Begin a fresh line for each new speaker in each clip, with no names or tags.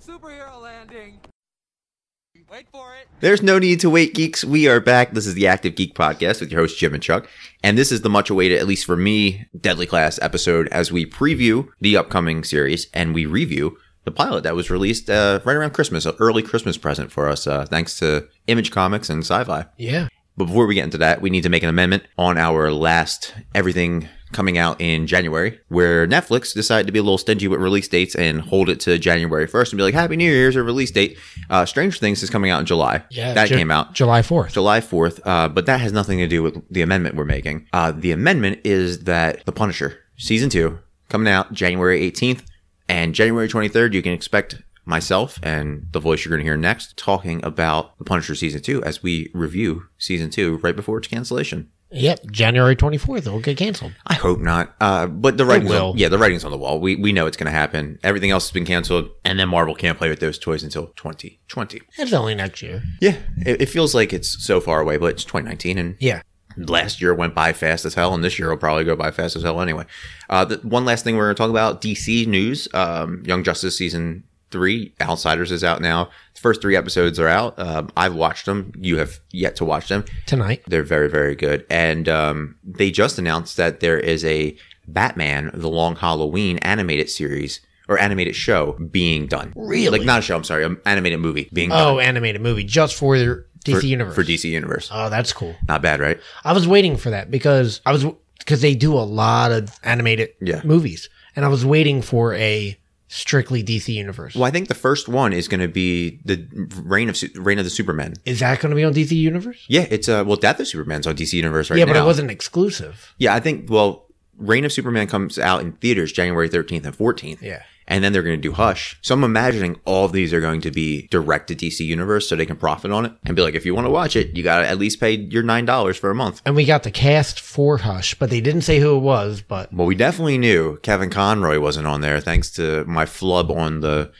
superhero landing. Wait for it.
There's no need to wait, geeks. We are back. This is the Active Geek Podcast with your host, Jim and Chuck. And this is the much awaited, at least for me, Deadly Class episode as we preview the upcoming series and we review the pilot that was released uh, right around Christmas, an early Christmas present for us, uh, thanks to Image Comics and Sci Fi.
Yeah.
But before we get into that, we need to make an amendment on our last everything coming out in January, where Netflix decided to be a little stingy with release dates and hold it to January 1st and be like, Happy New Year's, a release date. Uh, Strange Things is coming out in July.
Yeah.
That
Ju-
came out.
July 4th.
July 4th, uh, but that has nothing to do with the amendment we're making. Uh, the amendment is that The Punisher, season two, coming out January 18th and January 23rd, you can expect myself and the voice you're going to hear next talking about The Punisher season two as we review season two right before its cancellation.
yep. January 24th. It'll get canceled.
I hope not. Uh, but the writing's
will.
on, yeah, the writing's on the wall. We we know it's going to happen. Everything else has been canceled, and then Marvel can't play with those toys until 2020.
It's only next year.
Yeah, it, it feels like it's so far away, but it's 2019, and
Yeah.
last year went by fast as hell, and this year will probably go by fast as hell anyway. Uh, the, one last thing we're going to talk about DC news um, Young Justice season three, Outsiders is out now. The first three episodes are out. Um, I've watched them. You have yet to watch them.
Tonight.
They're very, very good. And um, they just announced that there is a Batman The Long Halloween animated series or animated show being done.
Really?
Like, not a show, I'm sorry, an animated movie being done.
Oh, animated movie just for the DC
for,
Universe.
For DC Universe.
Oh, that's cool.
Not bad, right?
I was waiting for that because I was because they do a lot of animated
Yeah.
movies, and I was waiting for a strictly DC universe.
Well, I think the first one is going to be the reign of Su- reign of the Superman.
Is that going to be on DC universe?
Yeah, it's uh well, Death of Superman's on DC Universe right
yeah,
now.
but it wasn't exclusive.
Yeah, I think well, Reign of Superman comes out in theaters January thirteenth and fourteenth.
Yeah.
and then they're going to do Hush. So I'm imagining all of these are going to be direct to DC Universe, so they can profit on it and be like, if you want to watch it, you got to at least pay your nine dollars for a month.
And we got the cast for Hush, but they didn't say who it was. But
Well, we definitely knew Kevin Conroy wasn't on there, thanks to my flub on the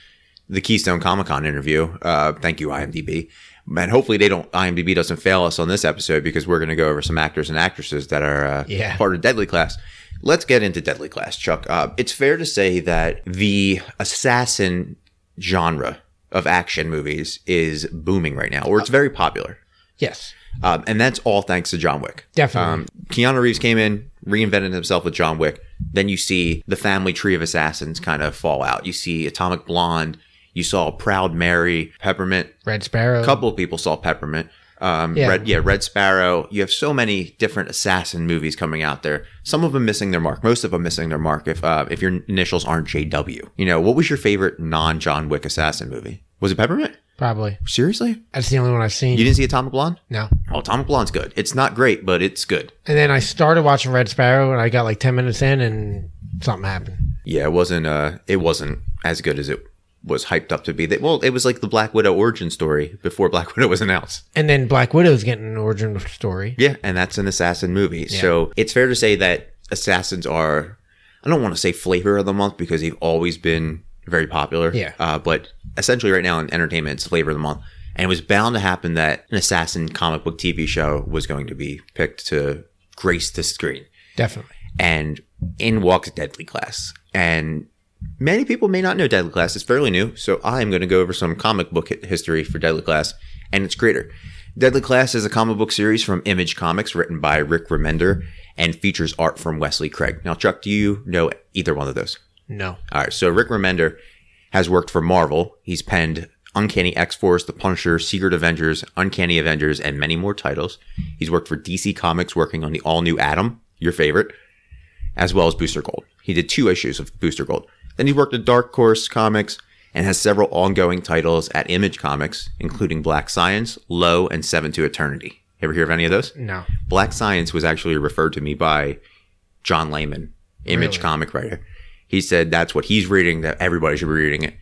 the Keystone Comic Con interview. Uh, thank you, IMDb. And hopefully they don't IMDb doesn't fail us on this episode because we're going to go over some actors and actresses that are uh,
Yeah.
part of Deadly Class. Let's get into Deadly Class, Chuck. Uh, it's fair to say that the assassin genre of action movies is booming right now, or it's very popular.
yes,
Um, and that's all thanks to John Wick.
Definitely.
Um, Keanu Reeves came in, reinvented himself with John Wick. Then you see the family tree of assassins kind of fall out. You see Atomic Blonde. You saw Proud Mary, Peppermint.
Red Sparrow.
A couple of people saw Peppermint. Um,
Yeah.
Red, yeah, Red Sparrow. You have so many different assassin movies coming out there. Some of them missing their mark. Most of them missing their mark. If uh, if your initials aren't JW, you know what was your favorite non John Wick assassin movie? Was it Peppermint?
probably.
Seriously,
That's the only one I've seen.
you didn't see Atomic Blonde?
no.
Oh, Atomic Blonde's good. It's not great, but it's good.
And then I started watching Red Sparrow, and I got like ten minutes in, and something happened.
Yeah, it wasn't. Uh, it wasn't as good as it was hyped up to be. They, well, it was like the Black Widow origin story before Black Widow was announced.
And then Black Widow's getting an origin story.
Yeah, and that's an assassin movie. So it's fair to say that assassins are. I don't want to say flavor of the month because they've always been very popular.
Yeah.
Uh, but essentially, right now in entertainment, it's flavor of the month, and it was bound to happen that an assassin comic book TV show was going to be picked to grace the screen.
Definitely.
and in walks Deadly Class. And many people may not know Deadly Class. It's fairly new, so I'm going to go over some comic book hi- history for Deadly Class and its creator. Deadly Class is a comic book series from Image Comics written by Rick Remender and features art from Wesley Craig. Now, Chuck, do you know either one of those?
No.
All right, so Rick Remender has worked for Marvel. He's penned Uncanny X Force, The Punisher, Secret Avengers, Uncanny Avengers, and many more titles. He's worked for DC Comics, working on the all new Atom, your favorite, as well as Booster Gold. He did two issues of Booster Gold. Then he worked at Dark Horse Comics and has several ongoing titles at Image Comics, including Black Science, Low, and Seven to Eternity. Ever hear of any of those?
No.
Black Science was actually referred to me by John Layman, image
Really?
comic writer. He said that's what he's reading, that everybody should be reading it.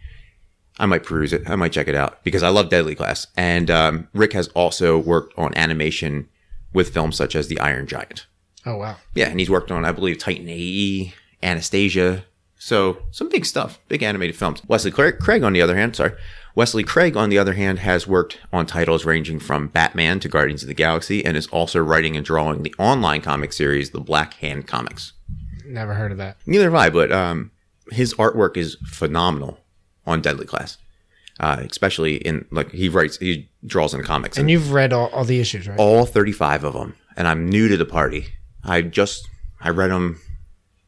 I might peruse it. I might check it out because I love Deadly Class. And um, Rick has also worked on animation with films such as The Iron Giant.
Oh wow.
Yeah, and he's worked on, I believe, Titan AE, Anastasia. So some big stuff, big animated films. Wesley Craig, Craig, on the other hand, sorry, Wesley Craig, on the other hand, has worked on titles ranging from Batman to Guardians of the Galaxy, and is also writing and drawing the online comic series, the Black Hand Comics.
Never heard of that.
Neither have I, but um, his artwork is phenomenal on Deadly Class. uh, especially in like he writes, he draws in comics,
And you've read all, all the issues, right?
all 35 of them, and I'm new to the party. I just I read them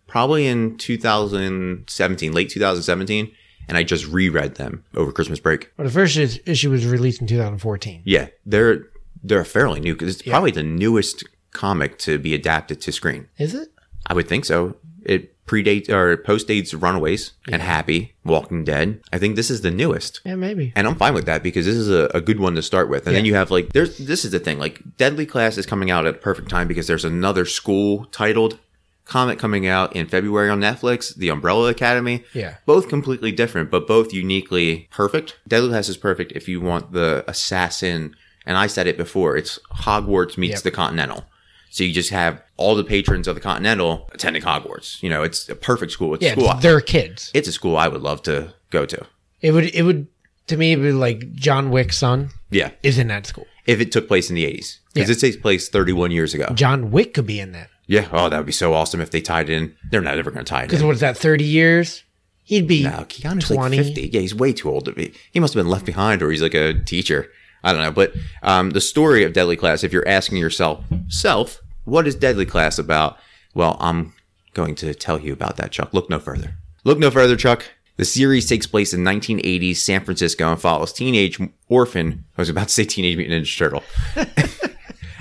probably in 2017, late 2017, and I just reread them over Christmas break.
Well, the first is- issue was released in 2014.
Yeah, they're they're fairly new because it's probably the newest comic to be adapted to screen.
Is it?
I would think so. It predates or postdates Runaways and Happy, Walking Dead. I think this is the newest.
Yeah, maybe.
And I'm fine with that because this is a, a good one to start with. And then you have like there's this is the thing, like Deadly Class is coming out at a perfect time because there's another school titled comic coming out in February on Netflix, The Umbrella Academy.
Yeah.
Both completely different, but both uniquely perfect. Deadly Class is perfect if you want the assassin and I said it before, it's Hogwarts meets
Yep.
the Continental. So you just have all the patrons of the Continental attending Hogwarts. You know, it's a perfect school. It's a
Yeah,
school. I-
they're kids.
it's a school I would love to go to.
It would, it would, to me, it would be like John Wick's son
Yeah.
is in that school.
if it took place in the 80s because
Yeah.
it takes place 31 years ago
John Wick could be in that.
yeah oh that would be so awesome if they tied in they're not ever going to tie it
Because
in
what is that, 30 years? He'd be
now keanu's
20.
like 50 yeah he's way too old to be he must have been left behind or he's like a teacher i don't know but um, the story of deadly class if you're asking yourself self what is deadly class about well i'm going to tell you about that chuck look no further look no further chuck the series takes place in 1980s San Francisco and follows teenage orphan. I was about to say teenage mutant ninja turtle.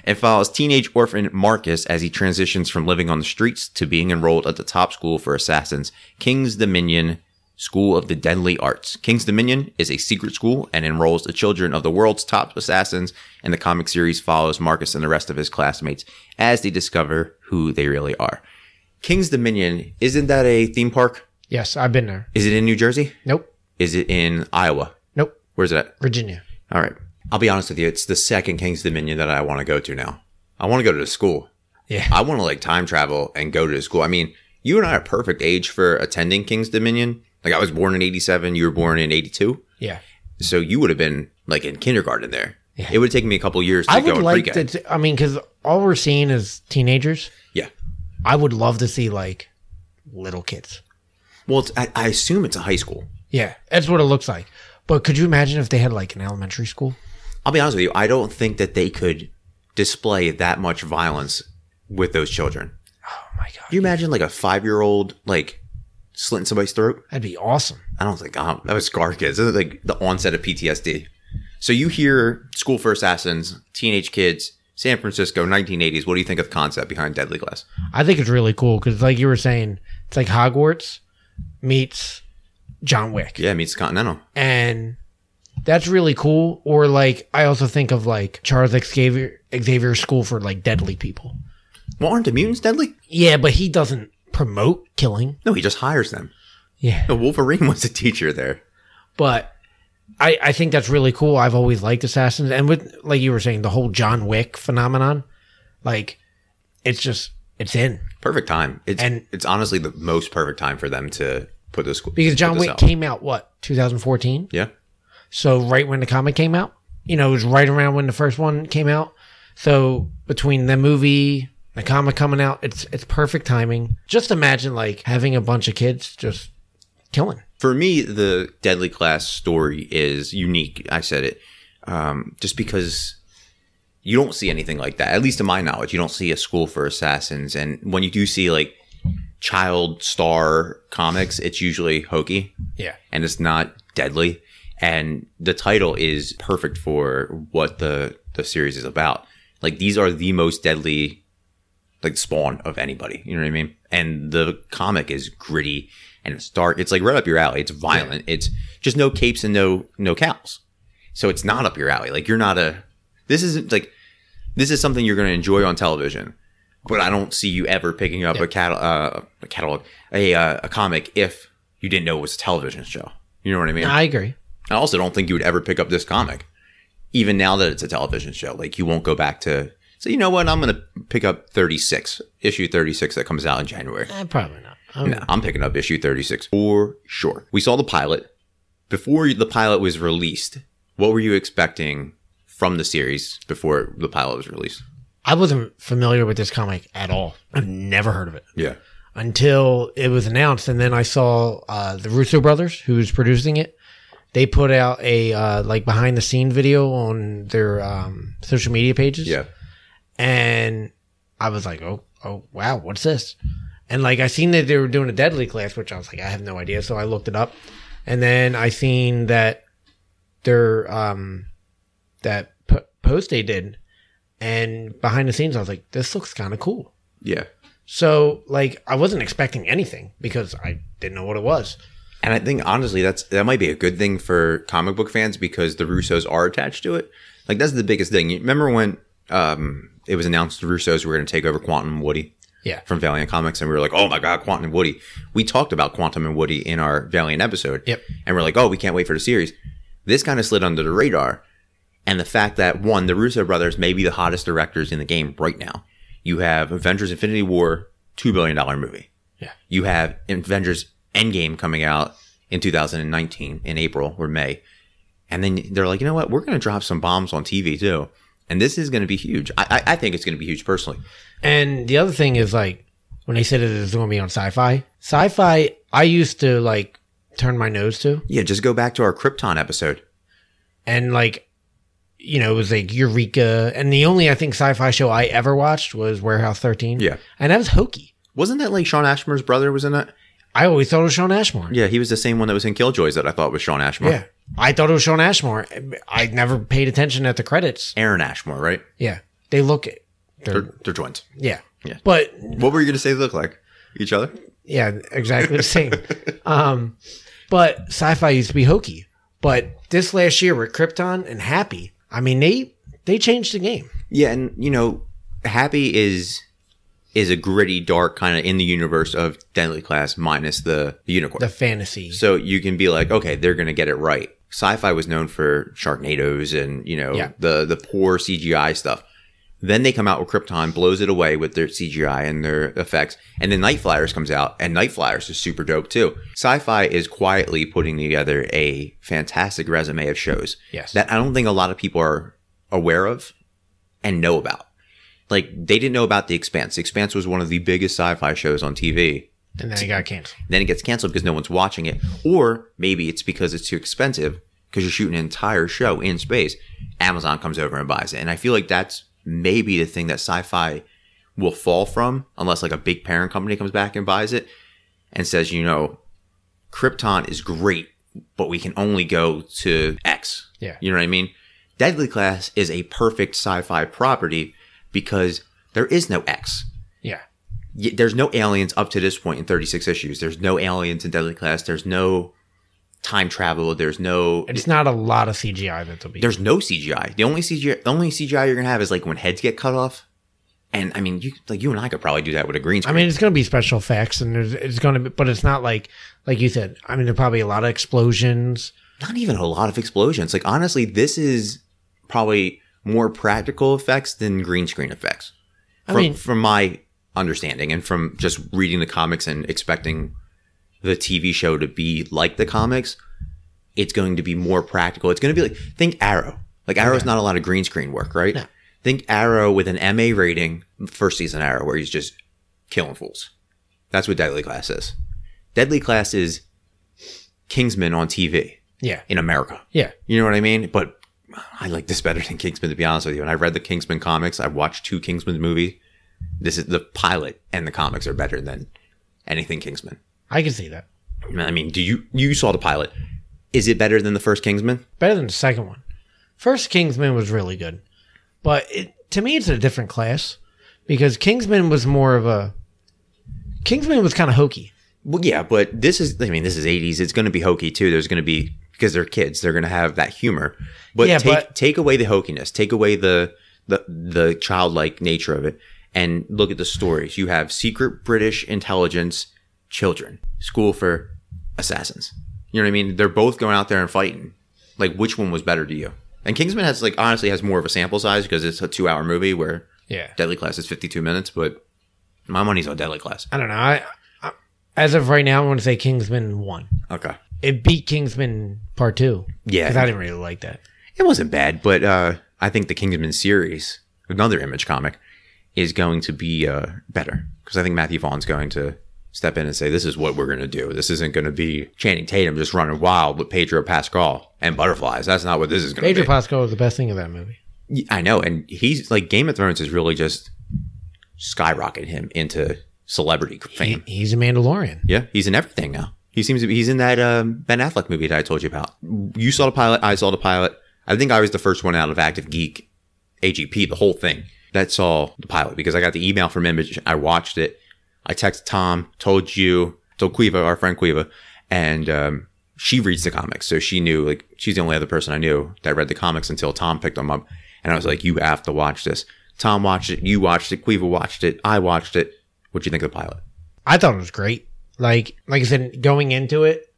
and follows teenage orphan Marcus as he transitions from living on the streets to being enrolled at the top school for assassins, King's Dominion School of the Deadly Arts. King's Dominion is a secret school and enrolls the children of the world's top assassins, and the comic series follows Marcus and the rest of his classmates as they discover who they really are. King's Dominion, isn't that a theme park?
Yes, I've been there.
Is it in New Jersey?
Nope.
Is it in Iowa?
Nope.
Where's it at?
Virginia.
All right. I'll be honest with you. It's the second King's Dominion that I want to go to now. I want to go to the school.
Yeah.
I want to like time travel and go to the school. I mean, you and I are perfect age for attending King's Dominion. Like I was born in 87. You were born in 82.
Yeah.
So you would have been like in kindergarten there. It would have taken me a couple years to
I
go
would
in
like
pre-K.
to, t- I mean, because all we're seeing is teenagers.
yeah.
I would love to see like little kids.
Well, it's, I, I assume it's a high school.
Yeah, that's what it looks like. But could you imagine if they had like an elementary school?
I'll be honest with you. I don't think that they could display that much violence with those children.
Oh my god,
Can you imagine like a five year old like slitting somebody's throat?
that'd be awesome.
I don't think um, that was scar kids. This is like the onset of PTSD. So you hear school for assassins, teenage kids, San Francisco, 1980s. What do you think of the concept behind Deadly Glass?
I think it's really cool because, like you were saying, it's like Hogwarts meets John Wick,
Yeah, meets Continental.
and that's really cool. Or like I also think of like Charles Xavier Xavier's school for like deadly people.
Well, aren't the mutants deadly?
Yeah, but he doesn't promote killing.
No, he just hires them.
Yeah,
No, Wolverine was a teacher there.
but I, I think that's really cool. I've always liked assassins, and with like you were saying, the whole John Wick phenomenon, like it's just it's in
Perfect time. It's
And-
it's honestly the most perfect time for them to put this school
because John
put this
Wick
out.
came out what 2014,
Yeah,
so right when the comic came out, you know, it was right around when the first one came out. So between the movie, the comic coming out, it's it's perfect timing. Just imagine like having a bunch of kids just killing.
for me, the Deadly Class story is unique. I said it um, just because you don't see anything like that. At least to my knowledge, you don't see a school for assassins. And when you do see like child star comics, it's usually hokey
Yeah,
and it's not deadly. And the title is perfect for what the the series is about. Like these are the most deadly, like spawn of anybody. You know what I mean? And the comic is gritty and it's dark. It's like right up your alley. It's violent. It's just no capes and no no cows. So it's not up your alley. Like you're not a. This isn't like this is something you're going to enjoy on television. But I don't see you ever picking up a, cat, uh, a catalog, a, uh, a comic if you didn't know it was a television show. You know what I mean?
I agree.
I also don't think you would ever pick up this comic, even now that it's a television show. Like you won't go back to. So you know what? I'm going to pick up 36 issue 36 that comes out in January.
Eh, probably not. Um,
No, I'm picking up issue 36 for sure. We saw the pilot. Before the pilot was released, what were you expecting from the series before the pilot was released?
I wasn't familiar with this comic at all. I've never heard of it.
Yeah.
until it was announced. And then I saw uh, the Russo brothers, who was producing it, They put out a uh, like behind the scene video on their um, social media pages.
Yeah.
and I was like, oh, oh, wow, what's this? And like I seen that they were doing a deadly class, which I was like, I have no idea. So I looked it up, and then I seen that their um that p- post they did, and behind the scenes, I was like, this looks kind of cool.
Yeah.
So like I wasn't expecting anything because I didn't know what it was.
And I think honestly, that's that might be a good thing for comic book fans because the Russos are attached to it. Like that's the biggest thing. You remember when um, it was announced the Russos were going to take over Quantum and Woody
Yeah,
from Valiant Comics, and we were like, "Oh my god, Quantum and Woody!" We talked about Quantum and Woody in our Valiant episode.
Yep.
And we're like, "Oh, we can't wait for the series." This kind of slid under the radar, and the fact that one, the Russo brothers may be the hottest directors in the game right now. You have Avengers: Infinity War, two billion dollar movie.
Yeah.
You have Avengers: Endgame coming out in 2019 in April or May, and then they're like, you know what? We're going to drop some bombs on TV too. And this is going to be huge. I, I I think it's going to be huge personally.
And the other thing is like when they said it was going to be on sci-fi, sci-fi I used to like turn my nose to,
Yeah, just go back to our Krypton episode.
and like you know it was like Eureka, and the only I think sci-fi show I ever watched was Warehouse 13.
Yeah.
and that was hokey.
Wasn't that like Sean Ashmore's brother was in that?
I always thought it was Sean Ashmore.
Yeah, he was the same one that was in Killjoys that I thought was Sean Ashmore.
yeah. I thought it was Sean Ashmore. I never paid attention at the credits.
Aaron Ashmore, right?
Yeah, they look.
They're,
They're,
they're twins.
yeah,
Yeah.
but
What were you going to say they look like? Each other?
Yeah, exactly the same. um, but sci-fi used to be hokey. But this last year with Krypton and Happy, I mean they they changed the game.
Yeah, and you know, Happy is is a gritty, dark kind of in the universe of Deadly Class minus the, the unicorn.
The fantasy.
so you can be like, okay, they're going to get it right. Sci-fi was known for Sharknadoes and you know
Yeah.
the the poor CGI stuff. Then they come out with Krypton, blows it away with their CGI and their effects, and then Night Flyers comes out, and Night Flyers is super dope too. Sci-fi is quietly putting together a fantastic resume of shows
Yes.
that I don't think a lot of people are aware of and know about. Like they didn't know about The Expanse. The Expanse was one of the biggest sci-fi shows on TV
and then it got canceled.
then it gets canceled because no one's watching it or maybe it's because it's too expensive because you're shooting an entire show in space amazon comes over and buys it and i feel like that's maybe the thing that sci-fi will fall from unless like a big parent company comes back and buys it and says you know krypton is great but we can only go to x
Yeah.
you know what i mean deadly class is a perfect sci-fi property because there is no x
Yeah.
y- there's no aliens up to this point in 36 issues. There's no aliens in Deadly Class. There's no time travel. There's no
And it's not a lot of CGI that they'll be.
there's no CGI. The only CGI the only CGI you're gonna have is like when heads get cut off. And I mean, you like you and I could probably do that with a green
I
screen.
mean, it's going to be special effects, and there's, it's going to be, but it's not like like you said. I mean, there are probably a lot of explosions.
Not even a lot of explosions. Like honestly, this is probably more practical effects than green screen effects.
I
From,
mean-
from my understanding and from just reading the comics and expecting the TV show to be like the comics, it's going to be more practical. It's going to be like think Arrow. Like Arrow's not a lot of green screen work, right?
No.
Think Arrow with an MA rating, first season Arrow, where he's just killing fools. That's what Deadly Class is. Deadly Class is Kingsman on TV
Yeah.
in America.
Yeah.
You know what I mean? But I like this better than Kingsman, to be honest with you. And I read the Kingsman comics. I've watched two Kingsman movies. This is the pilot and the comics are better than anything Kingsman.
I can see that.
I mean, do you you saw the pilot? Is it better than the first Kingsman?
better than the second one. First Kingsman was really good, but it, to me, it's a different class because Kingsman was more of a Kingsman was kind of hokey.
Well, yeah, but this is I mean, this is 80s. It's going to be hokey too. There's going to be because they're kids, they're going to have that humor. But
Yeah,
take
but-
take away the hokiness, take away the the the childlike nature of it and look at the stories. You have secret British intelligence children, school for assassins. You know what I mean? They're both going out there and fighting. Like which one was better to you? And Kingsman has like honestly has more of a sample size because it's a 2-hour movie where
Yeah,
Deadly Class is 52 minutes, but my money's on Deadly Class.
I don't know. I, I as of right now, I want to say Kingsman won.
Okay.
It beat Kingsman Part Two.
Yeah.
'cause I didn't really like that.
it wasn't bad, but uh, I think the Kingsman series, another Image comic, is going to be uh, better because I think Matthew Vaughn's going to step in and say, "This is what we're going to do. This isn't going to be Channing Tatum just running wild with Pedro Pascal and butterflies. That's not what this is going to be."
Pedro Pascal was the best thing of that movie.
Y- I know, and he's like Game of Thrones has really just skyrocketed him into celebrity
He-
fame.
he's a Mandalorian.
yeah, he's in everything now. He seems to be, he's in that um, Ben Affleck movie that I told you about. You saw the pilot, I saw the pilot. I think I was the first one out of Active Geek, AGP, the whole thing that saw the pilot because I got the email from Image. I watched it. I texted Tom, told you, told Quiva, our friend Quiva, and um, she reads the comics, so she knew. Like she's the only other person I knew that read the comics until Tom picked them up, and I was like, "You have to watch this." Tom watched it. You watched it. Quiva watched it. I watched it. What do you think of the pilot?
I thought it was great. Like like I said, going into it,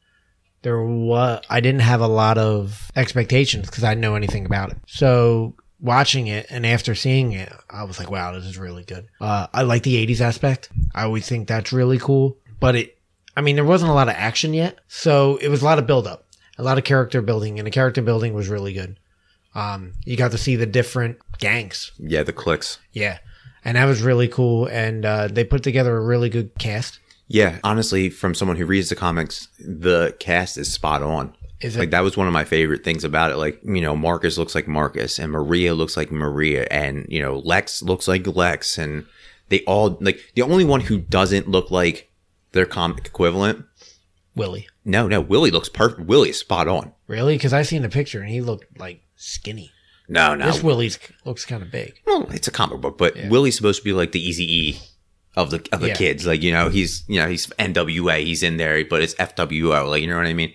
there was I didn't have a lot of expectations because I didn't know anything about it. So watching it and after seeing it, I was like, wow, this is really good. Uh, I like the '80s aspect. I always think that's really cool. But it, I mean, there wasn't a lot of action yet, so it was a lot of build up, a lot of character building, and the character building was really good. Um, you got to see the different gangs
Yeah, the clicks.
yeah. And that was really cool. And uh, they put together a really good cast.
Yeah, honestly, from someone who reads the comics, the cast is spot on.
Is it?
Like that was one of my favorite things about it. Like you know, Marcus looks like Marcus, and Maria looks like Maria, and you know, Lex looks like Lex, and they all like the only one who doesn't look like their comic equivalent.
Willie.
No, no, Willie looks perfect. Willie is spot on.
Really? Because I seen the picture and he looked like skinny.
No, no,
This Willie's looks kind of big.
well, it's a comic book, but Willie's supposed to be like the Easy E of the of the
Yeah.
kids. Like you know, he's you know he's NWA, he's in there, but it's FWO. Like you know what I mean.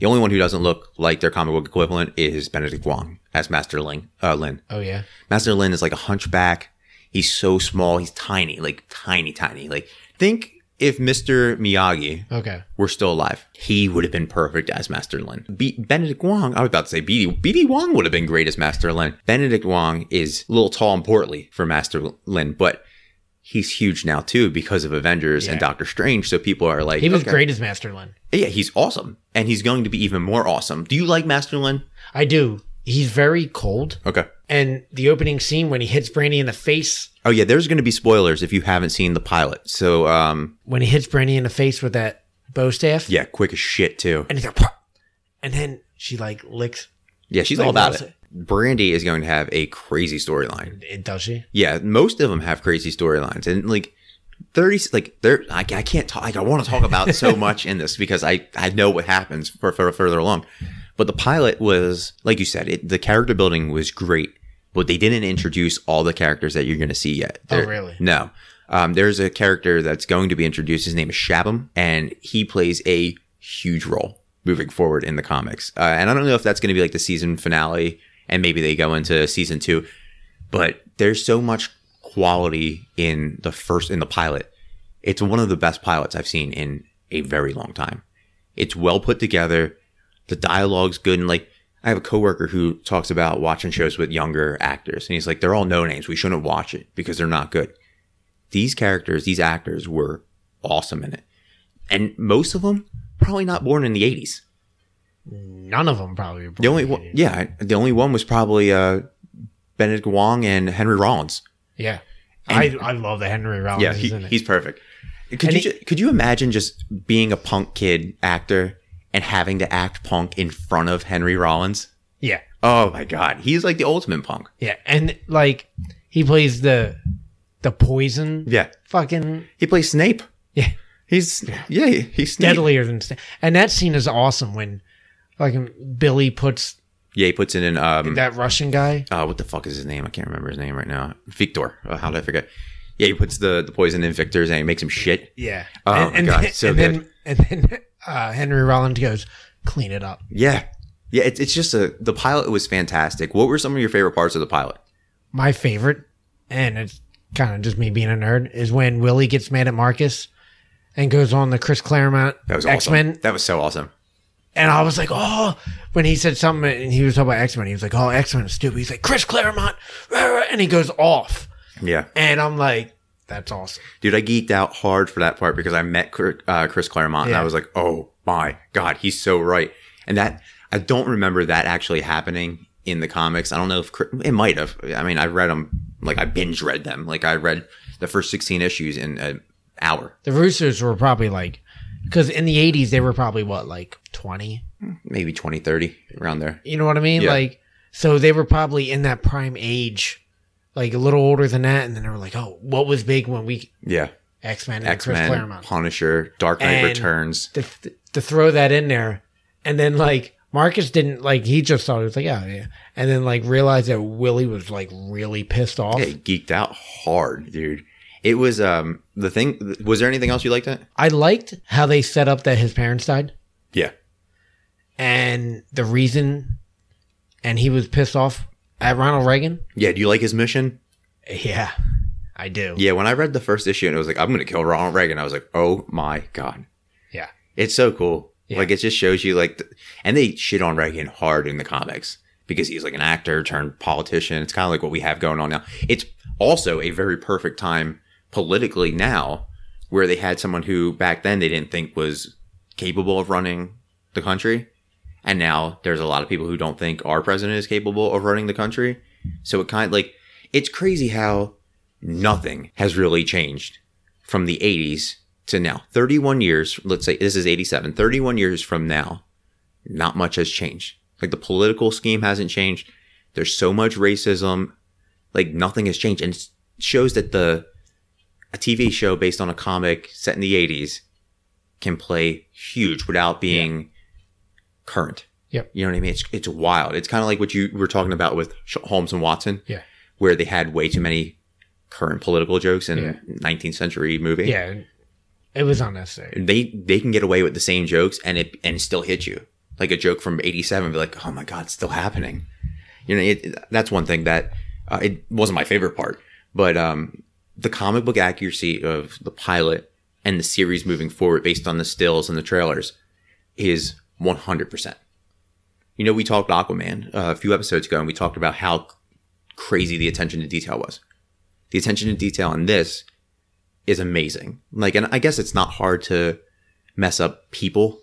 The only one who doesn't look like their comic book equivalent is Benedict Wong as Master Ling. Uh, Lin.
Oh, yeah.
Master Lin is like a hunchback. He's so small. He's tiny, like tiny, tiny. Like think if Mister Miyagi
Okay.
were still alive, he would have been perfect as Master Lin. Be- Benedict Wong, I was about to say BD. BD Wong would have been great as Master Lin. Benedict Wong is a little tall and portly for Master Lin, but he's huge now too because of Avengers and
Yeah.
Doctor Strange. So people are like,
He was
okay.
great as Master Lin.
Yeah, he's awesome, and he's going to be even more awesome. Do you like Master Lin?
I do. He's very cold.
Okay.
And the opening scene when he hits Brandy in the face,
Oh yeah, there's going to be spoilers if you haven't seen the pilot. So um,
when he hits Brandy in the face with that bow staff.
yeah, quick as shit too.
And he's like, "Pah!" and then she like licks.
Yeah, she's
Like,
all about
that's
it. Brandy is going to have a crazy storyline.
It does she?
yeah, most of them have crazy storylines and like 30 like there I, I can't talk like I want to talk about so much in this because I I know what happens for, for further along. But the pilot was like you said, it, the character building was great, but they didn't introduce all the characters that you're going to see yet.
Oh,
There-
really?
No. Um, there's a character that's going to be introduced. His name is Shabam, and he plays a huge role moving forward in the comics. Uh, and I don't know if that's going to be like the season finale, and maybe they go into season two but there's so much quality in the first in the pilot. It's one of the best pilots I've seen in a very long time. It's well put together. The dialogue's good and like I have a coworker who talks about watching shows with younger actors and he's like they're all no names. We shouldn't watch it because they're not good. These characters, these actors were awesome in it. And most of them probably not born in the 80s.
None of them probably. Were born
The only
in
one,
it.
yeah, the only one was probably uh Benedict Wong and Henry Rollins.
Yeah.
And-
I, I love the Henry Rollins.
Yeah,
Oh, is
he,
in it.
he's perfect. Could
And
you
he-
ju- could you imagine just being a punk kid actor and having to act punk in front of Henry Rollins?
yeah.
Oh my god, he's like the ultimate punk.
Yeah, and like he plays the the poison
Yeah,
fucking
he plays Snape.
yeah
He's yeah, he's Snape.
deadlier than Sna- and that scene is awesome when fucking Billy puts
Yeah, he puts it in um
that Russian guy.
uh, what the fuck is his name? I can't remember his name right now. Victor. Uh, how did I forget? Yeah, he puts the the poison in Victor's and he makes him shit.
Yeah.
Oh
and,
my
and
God,
then-
so
and
good.
then and then uh, Henry Rollins goes clean it up.
Yeah, yeah. It's it's just a the pilot was fantastic. What were some of your favorite parts of the pilot?
My favorite, and it's kind of just me being a nerd, is when Willie gets mad at Marcus and goes on the Chris Claremont
That was awesome.
X Men
That was so awesome.
And I was like, oh, when he said something and he was talking about X Men, he was like, oh, X Men is stupid. He's like, Chris Claremont. rah, rah, And he goes off.
Yeah.
And I'm like, that's awesome.
Dude, I geeked out hard for that part because I met Cr- uh, Chris Claremont and
Yeah.
I was like, oh my God, he's so right. And that, I don't remember that actually happening in the comics. I don't know if Cr- it might have. I mean, I read them, like I binge read them. Like I read the first 16 issues in a, hour,
The Roosters were probably like, because in the 80s, they were probably what, like 20?
maybe 20, 30, around there.
You know what I mean?
Yeah.
Like, so they were probably in that prime age, like a little older than that. And then they were like, oh, what was big when we
Yeah.
X Men and
X
Chris
Men,
Claremont?
Punisher, Dark Knight
And-
Returns.
To, to throw that in there. And then, like, Marcus didn't, like, he just thought it was like, yeah, yeah. And then, like, realized that Willie was, like, really pissed off.
Yeah, it geeked out hard, dude. It was um the thing. Was there anything else you liked in it?
I liked how they set up that his parents died.
Yeah,
and the reason and he was pissed off at Ronald Reagan?
yeah. Do you like his mission?
Yeah, I do.
Yeah. When I read the first issue and it was like, I'm gonna kill Ronald Reagan. I was like, oh my god,
Yeah.
it's so cool.
Yeah.
Like it just shows you like, th- and they shit on Reagan hard in the comics because he's like an actor turned politician. It's kind of like what we have going on now. It's also a very perfect time politically now, where they had someone who back then they didn't think was capable of running the country, and now there's a lot of people who don't think our president is capable of running the country. So it kind of like it's crazy how nothing has really changed from the 80s to now 31 years let's say this is 87 31 years from now not much has changed like the political scheme hasn't changed there's so much racism like nothing has changed and it shows that the a tv show based on a comic set in the 80s can play huge without being current
Yep.
you know what i mean it's, it's wild it's kind of like what you were talking about with Sh- holmes and watson
Yeah.
where they had way too many current political jokes in
Yeah.
19th century movie
Yeah. It was unnecessary.
they they can get away with the same jokes and it and still hit you like a joke from 87 be like oh my god it's still happening you know it, that's one thing that uh, it wasn't my favorite part but um the comic book accuracy of the pilot and the series moving forward based on the stills and the trailers is 100% you know we talked aquaman uh, a few episodes ago and we talked about how crazy the attention to detail was the attention to detail in this is amazing. Like, and I guess it's not hard to mess up people,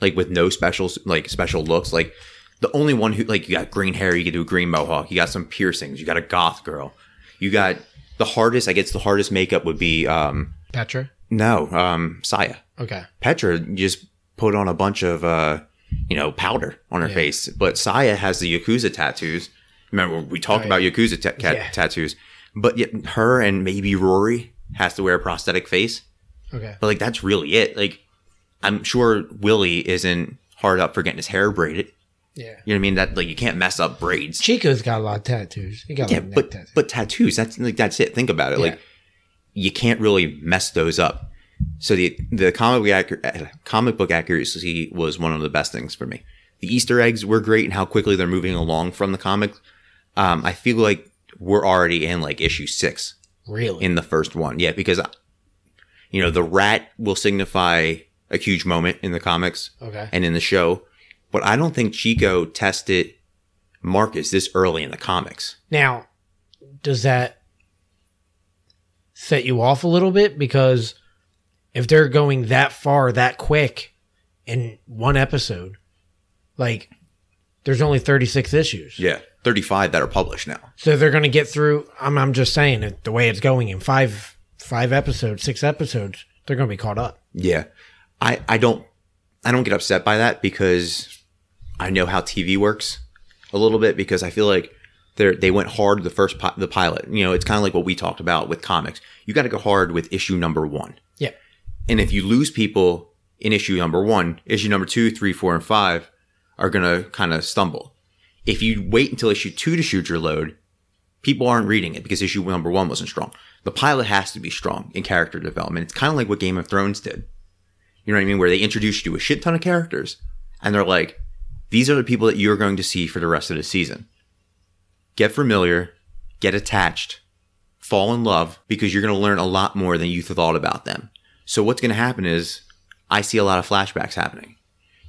like with no special like special looks. Like the only one who like you got green hair, you could do a green mohawk. You got some piercings. You got a goth girl. You got the hardest. I guess the hardest makeup would be um
Petra?
no um Saya
Okay.
Petra just put on a bunch of uh you know powder on her face, but Saya has the yakuza tattoos. Remember we talked
Oh,
about yakuza ta- cat-
Yeah.
tattoos, but yet her and maybe Rory has to wear a prosthetic face.
Okay.
But like that's really it. Like I'm sure Willie isn't hard up for getting his hair braided.
Yeah.
You know what I mean? That like you can't mess up braids.
Chico's got a lot of tattoos. He got a
Yeah,
lot of neck
but
tattoos.
but tattoos. That's like that's it. Think about it. Like you can't really mess those up. So the the comic book accur- comic book accuracy was one of the best things for me. The Easter eggs were great and how quickly they're moving along from the comic. Um, I feel like we're already in like issue six
really?
in the first one. Yeah, because you know the rat will signify a huge moment in the comics
okay.
and in the show, but I don't think Chico tested Marcus this early in the comics.
Now, does that set you off a little bit? Because if they're going that far, that quick in one episode, like, there's only 36 issues.
Yeah, thirty five that are published now.
So they're going to get through. I'm, I'm just saying it, the way it's going in five five episodes, six episodes, they're going to be caught up.
Yeah, I I don't I don't get upset by that because I know how TV works a little bit because I feel like they they went hard the first pi- the pilot. You know, it's kind of like what we talked about with comics. You got to go hard with issue number one.
Yeah,
And if you lose people in issue number one, issue number two, three, four, and five are going to kind of stumble. If you wait until issue two to shoot your load, people aren't reading it because issue number one wasn't strong. The pilot has to be strong in character development. It's kind of like what Game of Thrones did. You know what I mean? Where they introduced you to a shit ton of characters and they're like, these are the people that you're going to see for the rest of the season. Get familiar, get attached, fall in love because you're going to learn a lot more than you thought about them. So what's going to happen is I see a lot of flashbacks happening.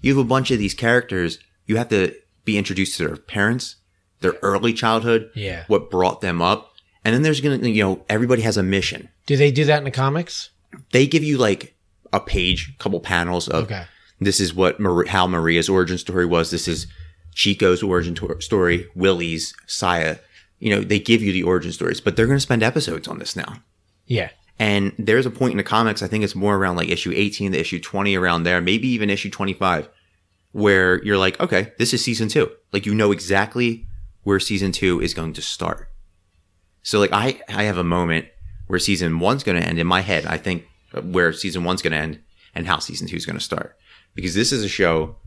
You have a bunch of these characters. You have to be introduced to their parents, their early childhood,
Yeah.
what brought them up. And then there's going to, you know, everybody has a mission.
do they do that in the comics?
They give you like a page, couple panels of
Okay,
this is what Mar- how Maria's origin story was. This is Chico's origin tor- story, Willie's, Saya. You know, they give you the origin stories, but they're going to spend episodes on this now.
yeah,
And there's a point in the comics, I think it's more around like issue 18 to issue 20, around there, maybe even issue 25, where you're like, okay, this is season two. Like, you know exactly where season two is going to start. So, like, I, I have a moment where season one's going to end in my head. I think where season one's going to end and how season two is going to start. Because this is a show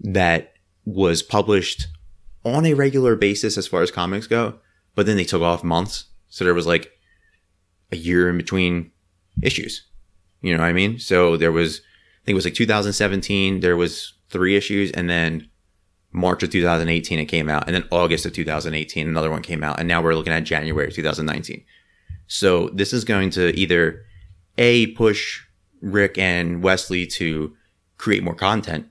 that was published on a regular basis as far as comics go, but then they took off months. So there was like a year in between issues. You know what I mean? So there was, I think it was like 2017, there was three issues and then March of 2018 it came out and then August of 2018 another one came out and now we're looking at January of 2019. So this is going to either A push Rick and Wesley to create more content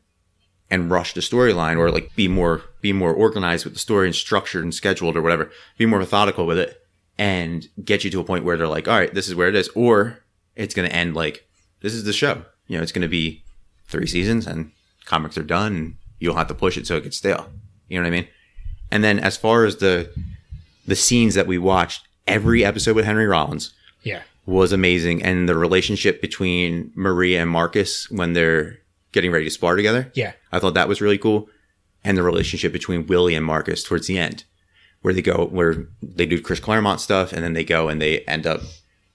and rush the storyline or like be more be more organized with the story and structured and scheduled or whatever be more methodical with it and get you to a point where they're like all right this is where it is or it's going to end like this is the show you know it's going to be three seasons and comics are done and you'll have to push it so it gets stale you know what i mean and then as far as the the scenes that we watched every episode with henry rollins
Yeah.
was amazing and the relationship between maria and marcus when they're getting ready to spar together
Yeah.
I thought that was really cool. And the relationship between Willie and Marcus towards the end, where they go, where they do Chris Claremont stuff and then they go and they end up,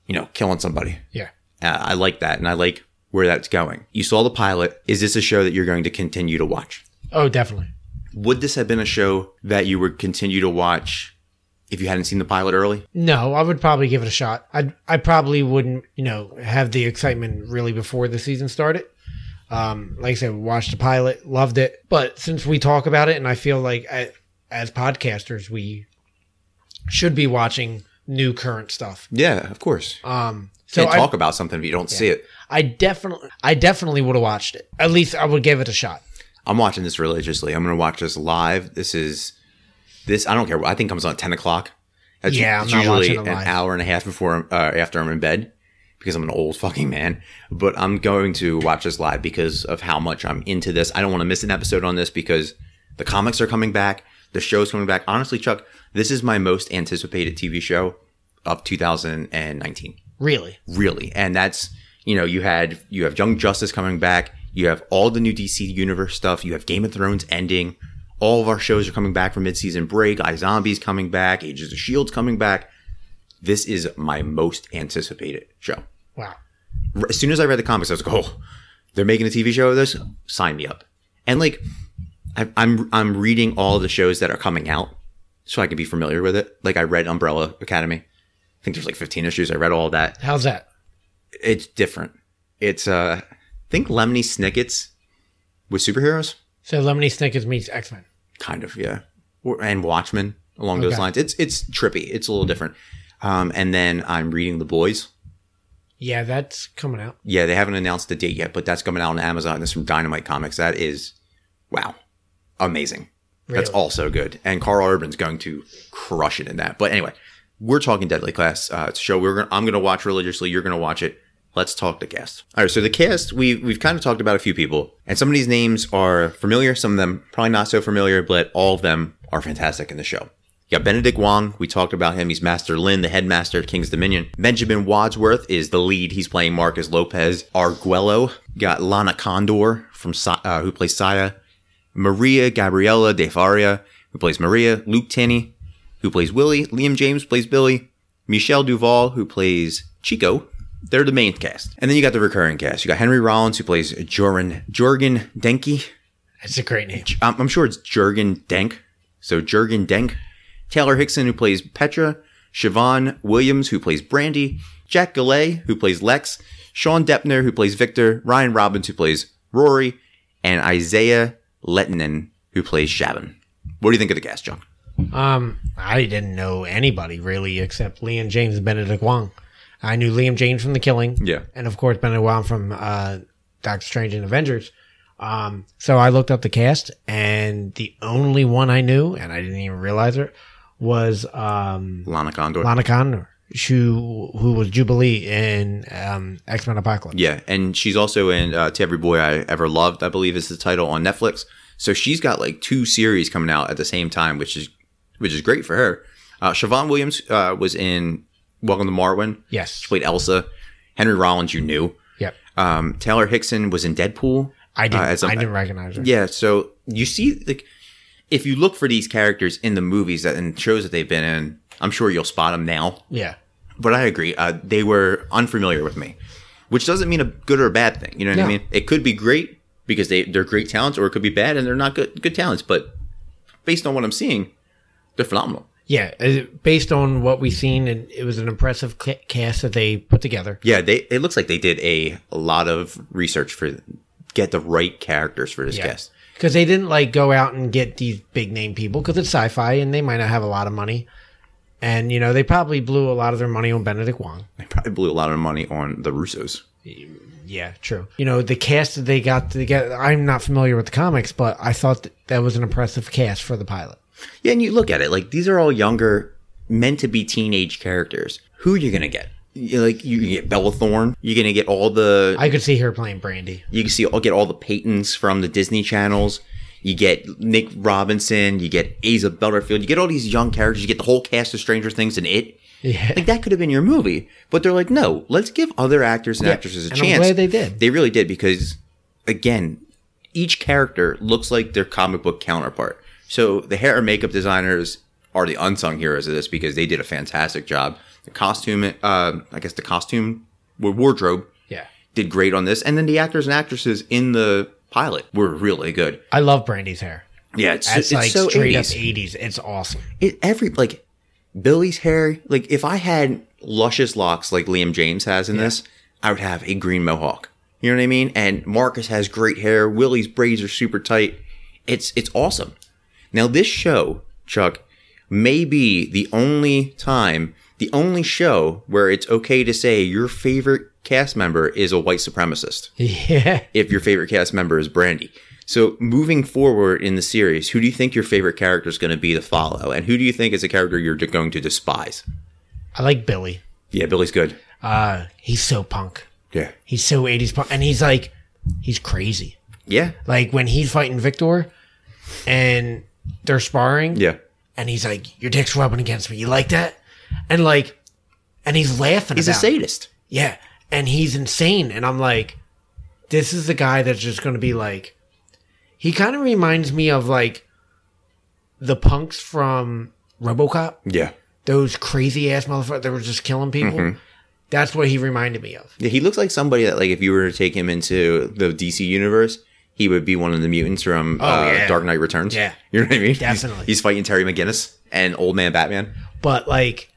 you know, killing somebody.
Yeah.
Uh, I like that. And I like where that's going. You saw the pilot. Is this a show that you're going to continue to watch?
Oh, definitely.
Would this have been a show that you would continue to watch if you hadn't seen the pilot early?
No, I would probably give it a shot. I I probably wouldn't, you know, have the excitement really before the season started. Um, like I said, we watched the pilot, loved it, but since we talk about it, and I feel like I, as podcasters, we should be watching new current stuff.
Yeah, of course.
Um, so
Can't
I,
talk about something if you don't see it.
I definitely, I definitely would have watched it. At least I would give it a shot.
I'm watching this religiously. I'm going to watch this live. This is this. I don't care. I think comes on at ten o'clock. That's u-
Yeah, I'm
it's
not
usually
watching it
an
live.
hour and a half before I'm- uh, after I'm in bed because I'm an old fucking man. But I'm going to watch this live because of how much I'm into this. I don't want to miss an episode on this because the comics are coming back. The show's coming back. Honestly, Chuck, this is my most anticipated TV show of 2019
Really,
really and that's you know you had you have young justice coming back you have all the new dc universe stuff you have game of thrones ending all of our shows are coming back from midseason break i zombies coming back ages of shields E coming back this is my most anticipated show
wow.
R- as soon as i read the comics i was like oh they're making a tv show of this sign me up and like I, i'm i'm reading all the shows that are coming out so i can be familiar with it like i read umbrella academy i think there's like 15 issues i read all that
How's that?
it's different. It's uh I think Lemony Snicket's with superheroes,
So Lemony Snicket's meets X Men.
kind of, yeah. Or- And Watchmen along those
Okay.
lines. It's it's trippy. It's a little different. Um, and then I'm reading The Boys.
Yeah, that's coming out.
Yeah, they haven't announced the date yet, but that's coming out on Amazon. That's from Dynamite Comics. That is wow. Amazing. That's
Really?
also good. And Carl Urban's going to crush it in that. But anyway, we're talking Deadly Class. Uh, it's a show we're gonna, I'm going to watch religiously. You're going to watch it. Let's talk the cast. All right, so the cast we we've kind of talked about a few people, and some of these names are familiar, some of them probably not so familiar, but all of them are fantastic in the show. You got Benedict Wong. We talked about him. He's Master Lin, the headmaster of King's Dominion. Benjamin Wadsworth is the lead. He's playing Marcus Lopez. Arguello. You got Lana Condor from Sa- uh, who plays Saya. Maria Gabriella De Faria, who plays Maria, Luke Tinney, who plays Willie, Liam James plays Billy, Michelle Duval, who plays Chico. They're the main cast. And then you got the recurring cast. You got Henry Rollins, who plays Jorgen, Jorgen Denke.
It's a great name.
um, I'm, I'm sure it's Jurgen Denk. So Jurgen Denk. Taylor Hickson, who plays Petra. Siobhan Williams, who plays Brandy. Jack Galay, who plays Lex. Sean Deppner, who plays Victor. Ryan Robbins, who plays Rory. And Isaiah Lettinen, who plays Shabin. What do you think of the cast, John?
Um, I didn't know anybody really except Liam James and Benedict Wong. I knew Liam James from The Killing,
Yeah.
and of course Benedict Wong from uh, Doctor Strange and Avengers. Um, so I looked up the cast, and the only one I knew, and I didn't even realize her, was um,
Lana Condor.
Lana Condor, who who was Jubilee in um, X Men Apocalypse.
Yeah, and she's also in uh, To Every Boy I Ever Loved, I believe is the title on Netflix. So she's got like two series coming out at the same time, which is which is great for her. Uh, Siobhan Williams uh, was in Welcome to Marwin.
Yes.
She played Elsa. Henry Rollins, you knew.
Yep.
Um, Taylor Hickson was in Deadpool.
I didn't.
Uh, as a-
I didn't recognize her.
Yeah, so you see, like, if you look for these characters in the movies that and shows that they've been in, I'm sure you'll spot them now.
Yeah.
But I agree, uh, they were unfamiliar with me, which doesn't mean a good or a bad thing. You know what I
Yeah.
mean? It could be great because they they're great talents, or it could be bad and they're not good good talents. But based on what I'm seeing, they're phenomenal.
Yeah. uh, Based on what we've seen, and it was an impressive ca- cast that they put together.
Yeah, they it looks like they did a, a lot of research for get the right characters for this cast.
Because they didn't like go out and get these big name people because it's sci-fi and they might not have a lot of money, and you know they probably blew a lot of their money on Benedict Wong.
They probably blew a lot of money on the Russos.
Yeah, true. You know, the cast that they got together, I'm not familiar with the comics, but I thought that, that was an impressive cast for the pilot.
Yeah, and you look at it like these are all younger, meant to be teenage characters. Who are you gonna get? You, like you can get Bella Thorne. You're gonna get all the
I could see her playing Brandy.
you can see all get all the patents from the Disney channels. You get Nick Robinson. You get Asa Butterfield. You get all these young characters. You get the whole cast of Stranger Things and it.
Yeah.
Like that could have been your movie, but they're like, no, let's give other actors and actresses a
and I'm
chance.
glad they did.
They really did because, again, each character looks like their comic book counterpart. So the hair and makeup designers are the unsung heroes of this because they did a fantastic job. The costume, uh, I guess, the costume wa- wardrobe
Yeah.
did great on this, and then the actors and actresses in the pilot were really good.
I love Brandy's hair.
Yeah, it's,
That's
it's
like
so
straight
80s
up 80s. It's awesome.
it every like Billy's hair. Like if I had luscious locks like Liam James has in this, I would have a green mohawk. You know what I mean? And Marcus has great hair. Willie's braids are super tight. It's it's awesome. Now this show, Chuck, may be the only time, the only show where it's okay to say your favorite cast member is a white supremacist
Yeah.
if your favorite cast member is Brandy. So moving forward in the series, who do you think your favorite character is going to be to follow, and who do you think is a character you're d- going to despise?
I like Billy.
Yeah, Billy's good.
Uh, he's so punk.
Yeah,
He's so 80s punk. And he's like, he's crazy.
yeah,
Like when he's fighting Victor and they're sparring.
yeah,
and he's like, "Your dick's rubbing against me. You like that?" And like, and he's laughing.
he's a
about it.
sadist.
Yeah, and he's insane. And I'm like, this is the guy that's just going to be like. He kind of reminds me of like the punks from RoboCop.
Yeah,
Those crazy ass motherfuckers that were just killing people.
Mm-hmm.
That's what he reminded me of.
yeah. He looks like somebody that, like, if you were to take him into the DC universe, he would be one of the mutants from uh,
Oh, yeah.
Dark Knight Returns.
Yeah.
you know what I mean? He's-
Definitely.
He's, fighting Terry McGinnis and Old Man Batman.
But like,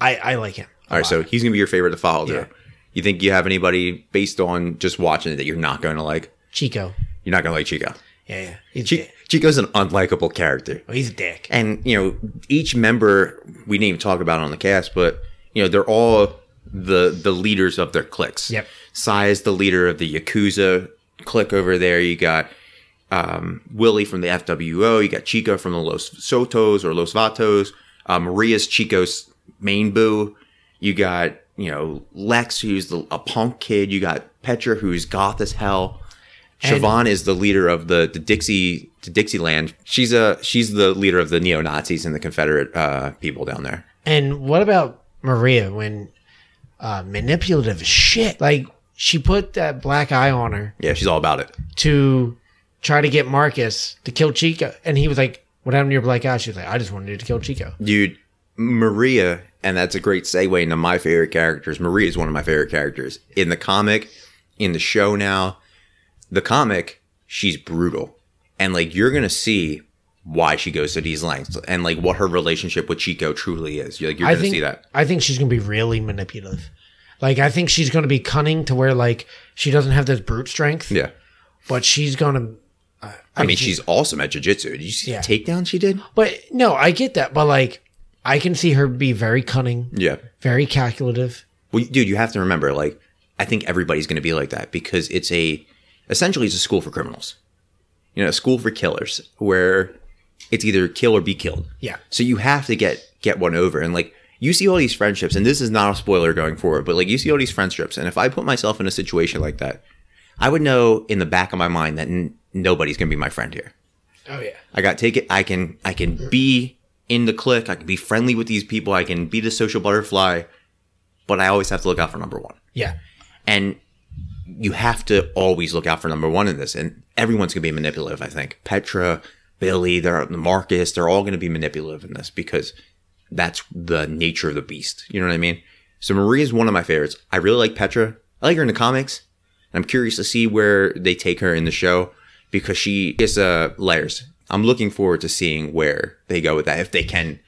I I like him.
All right, so he's gonna be your favorite to follow.
Yeah.
Through. You think you have anybody based on just watching it that you're not going to like?
Chico.
You're not going to like Chico.
Yeah, yeah. He's,
Chi- Chico's an unlikable character.
a- he's a dick.
And, you know, each member we didn't even talk about on the cast, but you know, they're all the the leaders of their cliques.
Yep.
Sai is the leader of the Yakuza clique over there. You got um, Willie from the FWO, you got Chico from the Los Sotos or Los Vatos, uh, Maria's Chico's main boo, you got, you know, Lex who's the, a punk kid, you got Petra who's goth as hell.
And-
Siobhan is the leader of the, the Dixie the Dixieland. She's a she's the leader of the neo Nazis and the Confederate uh, people down there.
And what about Maria when uh, manipulative as shit? Like she put that black eye on her
Yeah, she's all about it.
to try to get Marcus to kill Chico, and he was like, "What happened to your black eye?" She was like, "I just wanted you to kill Chico."
Dude, Maria, and that's a great segue into my favorite characters. Maria is one of my favorite characters in the comic, in the show now. The comic, she's brutal. And like you're gonna see why she goes to these lengths and like what her relationship with Chico truly is. You're like you're
I
gonna
think
see that.
I think she's gonna be really manipulative. Like I think she's gonna be cunning to where like she doesn't have this brute strength,
Yeah.
but she's gonna.
I mean, she's awesome at jujitsu. Did you see
Yeah.
the takedown she did?
But no, I get that, but like I can see her be very cunning,
Yeah.
very calculative.
Well, dude, you have to remember, like, I think everybody's going to be like that because it's a, essentially, it's a school for criminals, you know, a school for killers where it's either kill or be killed.
Yeah.
So you have to get get one over, and like you see all these friendships, and this is not a spoiler going forward, but like you see all these friendships, and if I put myself in a situation like that, I would know in the back of my mind that n- nobody's going to be my friend here.
Oh yeah.
I got take it. I can I can be in the clique. I can be friendly with these people. I can be the social butterfly, but I always have to look out for number one.
Yeah.
And you have to always look out for number one in this. And everyone's going to be manipulative, I think. Petra, Billy, they're, Marcus, they're all going to be manipulative in this because that's the nature of the beast. You know what I mean? So Maria's one of my favorites. I really like Petra. I like her in the comics. I'm curious to see where they take her in the show because she is uh, layers. I'm looking forward to seeing where they go with that if they can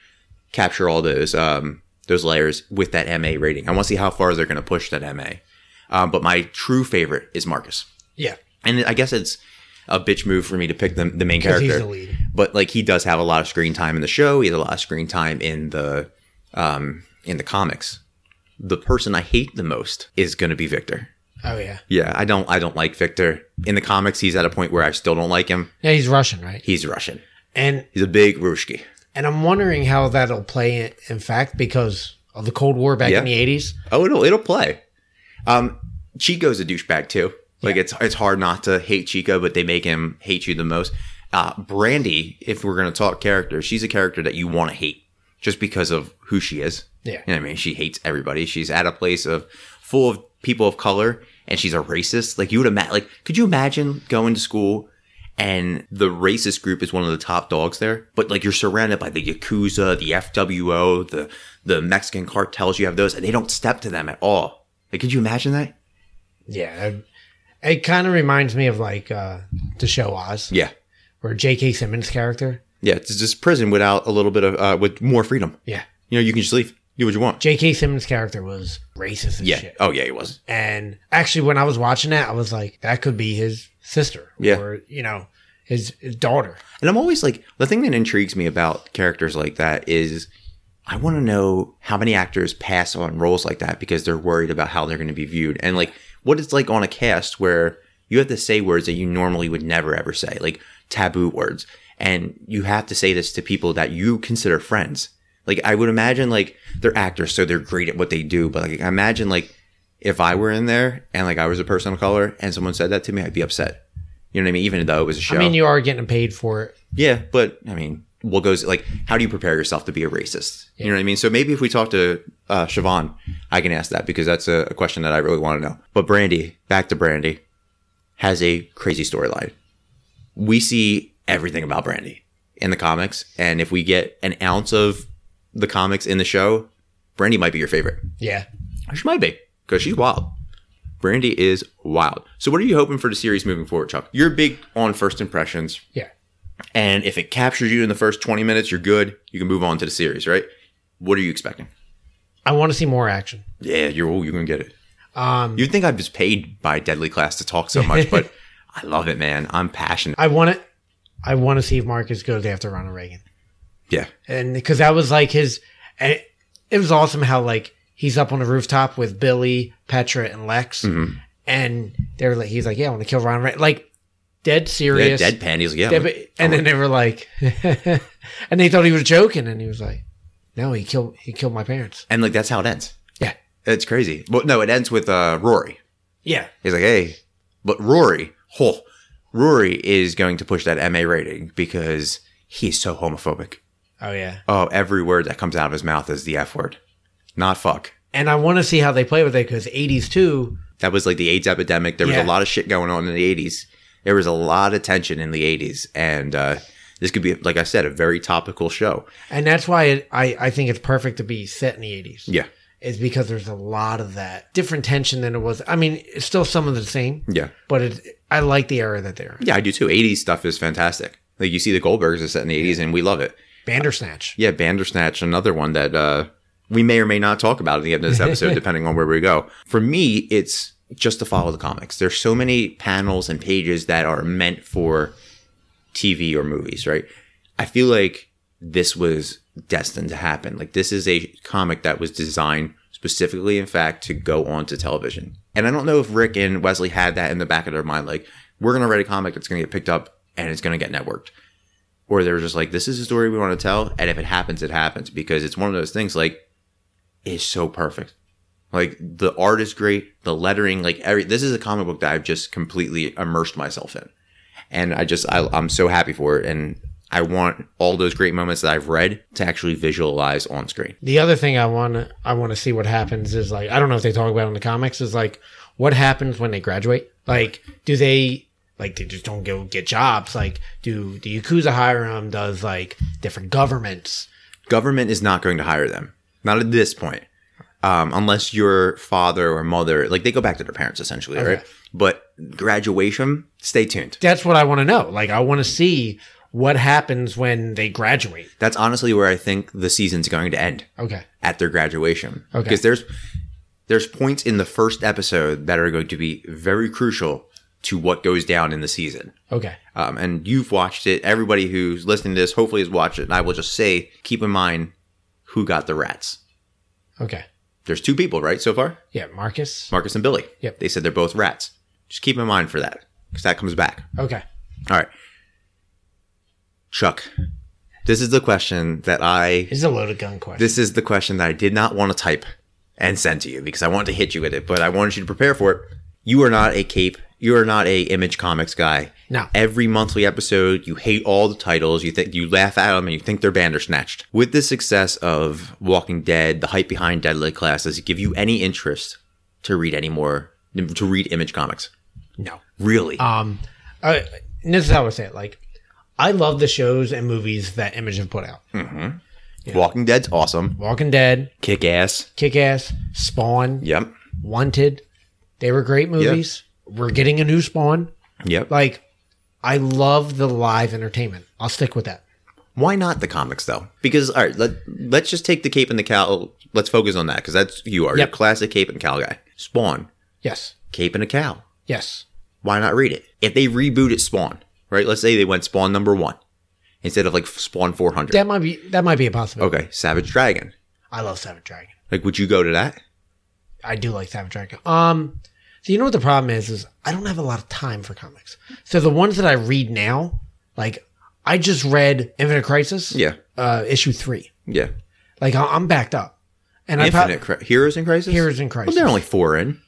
capture all those um, those layers with that MA rating. I want to see how far they're going to push that MA. Um, but my true favorite is Marcus,
Yeah.
and I guess it's a bitch move for me to pick the, the main
'Cause
character.
he's the lead.
But like he does have a lot of screen time in the show. He has a lot of screen time in the um, in the comics. The person I hate the most is going to be Victor.
Oh yeah.
Yeah, I don't I don't like Victor. In the comics, he's at a point where I still don't like him.
Yeah, he's Russian, right?
He's Russian.
And
He's a big Rushki.
and I'm wondering how that'll play in, in fact because of the Cold War back
Yeah.
in the 80s.
Oh, it'll it'll play. Um, Chico's a douchebag too. Like it's it's hard not to hate Chico, but they make him hate you the most. Uh, Brandy, if we're gonna talk character, she's a character that you want to hate just because of who she is.
Yeah.
you know what I mean, she hates everybody. She's at a place of full of people of color, and she's a racist. Like you would imagine, like could you imagine going to school? And the racist group is one of the top dogs there, but like you're surrounded by the yakuza, the FWO, the the Mexican cartels. You have those, and they don't step to them at all. Like, could you imagine that?
Yeah. It, kind of reminds me of like uh the show Oz
Yeah,
where J.K. Simmons character.
yeah. It's just prison without a little bit of uh, with more freedom.
Yeah.
You know, you can just leave, do what you want.
J.K. Simmons character was racist and
Yeah.
shit.
Oh yeah, it was.
And actually, when I was watching that, I was like, that could be his sister
Yeah.
or, you know, his, his daughter.
And I'm always like, the thing that intrigues me about characters like that is I want to know how many actors pass on roles like that because they're worried about how they're going to be viewed and like what it's like on a cast where you have to say words that you normally would never ever say, like taboo words. And you have to say this to people that you consider friends. Like I would imagine like they're actors, so they're great at what they do. But like imagine like if I were in there and like I was a person of color and someone said that to me, I'd be upset. You know what I mean? Even though it was a show.
I mean, you are getting paid for it.
Yeah, but I mean, what goes like? How do you prepare yourself to be a racist? You know what I mean. So maybe if we talk to uh, Siobhan, I can ask that because that's a, a question that I really want to know. But Brandy, back to Brandy, has a crazy storyline. We see everything about Brandy in the comics, and if we get an ounce of the comics in the show, Brandy might be your favorite.
Yeah.
She might be because she's wild. Brandy is wild. So what are you hoping for the series moving forward, Chuck? You're big on first impressions.
Yeah.
And if it captures you in the first 20 minutes, you're good. You can move on to the series, right? What are you expecting?
I want to see more action.
Yeah, you're oh, you're gonna get it.
Um,
You'd think I was paid by Deadly Class to talk so much, but I love it, man. I'm passionate.
I want to, I want to see if Marcus goes after Ronald Reagan.
Yeah,
And because that was like his, and it, it was awesome how like he's up on the rooftop with Billy, Petra, and Lex.
Mm-hmm.
And they're like, he's like, yeah, I want to kill Ronald Reagan. Like, dead
yeah.
serious.
Deadpan. He's like, yeah,
Yeah,
I'm-
but, and then they were like, and they thought he was joking, and he was like, "No, he killed he killed my parents."
and like that's how it ends.
Yeah,
It's crazy. But no, it ends with uh, Rory.
yeah,
He's like, hey, but Rory, oh, Rory is going to push that MA rating because he is so homophobic.
oh yeah.
Oh, every word that comes out of his mouth is the F word, not fuck.
And I want to see how they play with it because '80s too.
That was like the AIDS epidemic. There was
Yeah.
a lot of shit going on in the 80s. There was a lot of tension in the 80s. And uh, this could be, like I said, a very topical show.
And that's why it, I I think it's perfect to be set in the '80s.
Yeah.
is because there's a lot of that different tension than it was. I mean, it's still some of the same.
Yeah.
but it I like the era that they're in.
Yeah, I do too. 80s stuff is fantastic. Like you see the Goldbergs is set in the 80s and we love it.
Bandersnatch.
Yeah, Bandersnatch, another one that uh, we may or may not talk about at the end of this episode, depending on where we go. For me, it's just to follow the comics. There's so many panels and pages that are meant for TV or movies, right? I feel like this was destined to happen. Like this is a comic that was designed specifically, in fact, to go on to television. And I don't know if Rick and Wesley had that in the back of their mind, like we're gonna write a comic that's gonna get picked up and it's gonna get networked or they were just like, this is a story we want to tell. And if it happens, it happens because it's one of those things like, it's so perfect. Like the art is great, the lettering, like every, this is a comic book that I've just completely immersed myself in. And I just, I, I'm so happy for it. And I want all those great moments that I've read to actually visualize on screen.
The other thing I want to I want to see what happens is like I don't know if they talk about it in the comics is like what happens when they graduate. Like, do they like they just don't go get jobs? Like, do the yakuza hire them? Does like different governments?
Government is not going to hire them, not at this point, um, unless your father or mother, like they go back to their parents essentially, right? But graduation, stay tuned.
That's what I want to know. Like, I want to see what happens when they graduate.
That's honestly where I think the season's going to end.
Okay.
at their graduation.
Okay.
Because there's there's points in the first episode that are going to be very crucial to what goes down in the season.
Okay.
Um, and you've watched it. Everybody who's listening to this hopefully has watched it. And I will just say, keep in mind who got the rats.
Okay.
There's two people, right, so far?
Yeah, Marcus.
Marcus and Billy.
Yep.
They said they're both rats. Just keep in mind for that because that comes back.
Okay.
All right. Chuck, this is the question that I.
This is a loaded gun question.
This is the question that I did not want to type and send to you because I wanted to hit you with it, but I wanted you to prepare for it. You are not a cape. You are not a image comics guy.
No.
Every monthly episode, you hate all the titles. You think you laugh at them and you think they're bandersnatched. With the success of Walking Dead, the hype behind Deadly Class, does it give you any interest to read any more to read image comics?
no.
Really?
Um, uh, and this is how I say it. Like, I love the shows and movies that Image have put out.
Walking Dead's awesome.
Walking Dead,
Kick ass.
Kick Ass, Spawn,
Yep.
Wanted. They were great movies. We're getting a new Spawn.
Yep.
Like, I love the live entertainment. I'll stick with that.
Why not the comics though? Because all right, let let's just take the cape and the cowl. Let's focus on that because that's you are
Yep.
your classic cape and cow guy. Spawn,
Yes.
cape and a cow.
Yes.
Why not read it? If they rebooted Spawn, right? Let's say they went Spawn number one instead of like Spawn four hundred.
That might be that might be a possibility.
Okay, Savage Dragon.
I love Savage Dragon.
Like, would you go to that?
I do like Savage Dragon. Um, so you know what the problem is? Is I don't have a lot of time for comics. So the ones that I read now, like I just read Infinite Crisis,
Yeah,
uh, issue three.
yeah.
Like I- I'm backed up, and I
Infinite
probably
Cri- Heroes in Crisis.
Heroes in
Well,
Crisis.
they're only four in.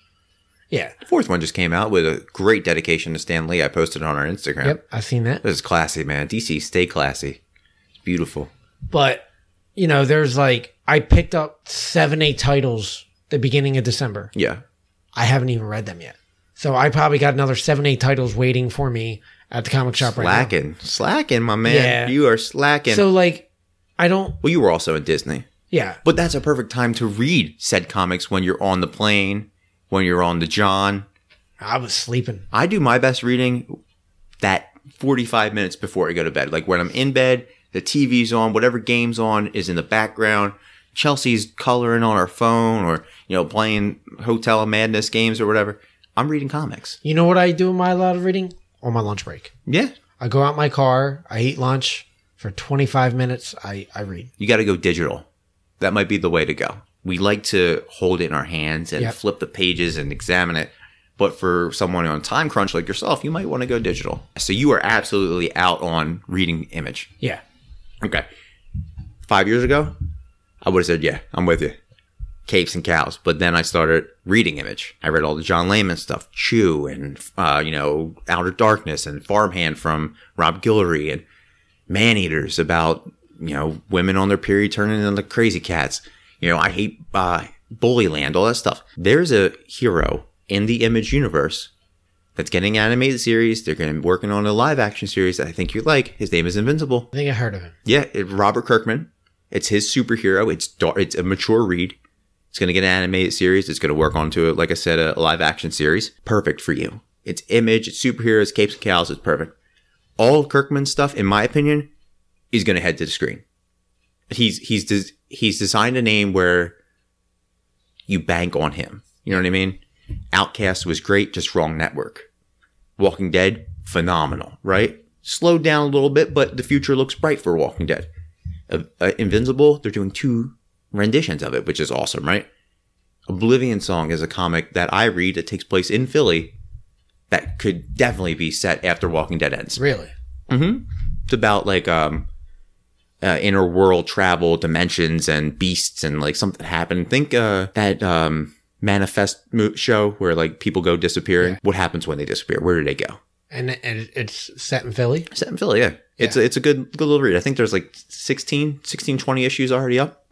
yeah,
The fourth one just came out with a great dedication to Stan Lee. I posted it on our Instagram.
yep, I've seen that.
This is classy, man. DC, stay classy. It's beautiful.
But you know, there's like I picked up seven, eight titles the beginning of December.
Yeah.
I haven't even read them yet. So I probably got another seven, eight titles waiting for me at the comic shop right now.
Slacking, slacking, my man.
Yeah.
You are slacking.
So like, I don't.
well, you were also in Disney,
Yeah,
but that's a perfect time to read said comics when you're on the plane, when you're on the John.
I was sleeping.
I do my best reading that 45 minutes before I go to bed. Like when I'm in bed, the TV's on, whatever game's on is in the background. Chelsea's coloring on her phone or, you know, playing Hotel Madness games or whatever. I'm reading comics.
You know what I do in my lot of reading? On my lunch break.
Yeah.
I go out in my car, I eat lunch for 25 minutes, I, I read.
you got to go digital. That might be the way to go. We like to hold it in our hands and
Yep.
flip the pages and examine it. But for someone on a time crunch like yourself, you might want to go digital. So you are absolutely out on reading image.
Yeah.
Okay. Five years ago, I would have said, yeah, I'm with you. Capes and cows. But then I started reading image. I read all the John Layman stuff, Chew and, uh, you know, Outer Darkness and Farmhand from Rob Guillory and Man Eaters about, you know, women on their period turning into crazy cats. You know, I hate uh, Bully Land, all that stuff. There's a hero in the image universe that's getting an animated series. They're going to be working on a live action series that I think you like. His name is Invincible.
I think I heard of him.
Yeah, it, Robert Kirkman. It's his superhero. It's dar- it's a mature read. It's going to get an animated series. It's going to work onto it. Like I said, a live action series. Perfect for you. It's image. It's superheroes. Capes and cows. It's perfect. All of Kirkman's stuff, in my opinion, is going to head to the screen. He's he's des- he's designed a name where you bank on him. You know what I mean? Outcast was great, just wrong network. Walking Dead, phenomenal, right? Slowed down a little bit, but the future looks bright for Walking Dead. Uh, uh, Invincible, they're doing two renditions of it, which is awesome, right? Oblivion Song is a comic that I read that takes place in Philly that could definitely be set after Walking Dead ends.
Really?
Mm-hmm. It's about like um uh, inner world travel, dimensions, and beasts, and like something happened. Think uh, that um, manifest mo- show where like people go disappearing. What happens when they disappear? Where do they go?
and it- and it's set in Philly.
Set in Philly, yeah. It's a, it's a good good little read. I think there's like 16, 16, 20 issues already up.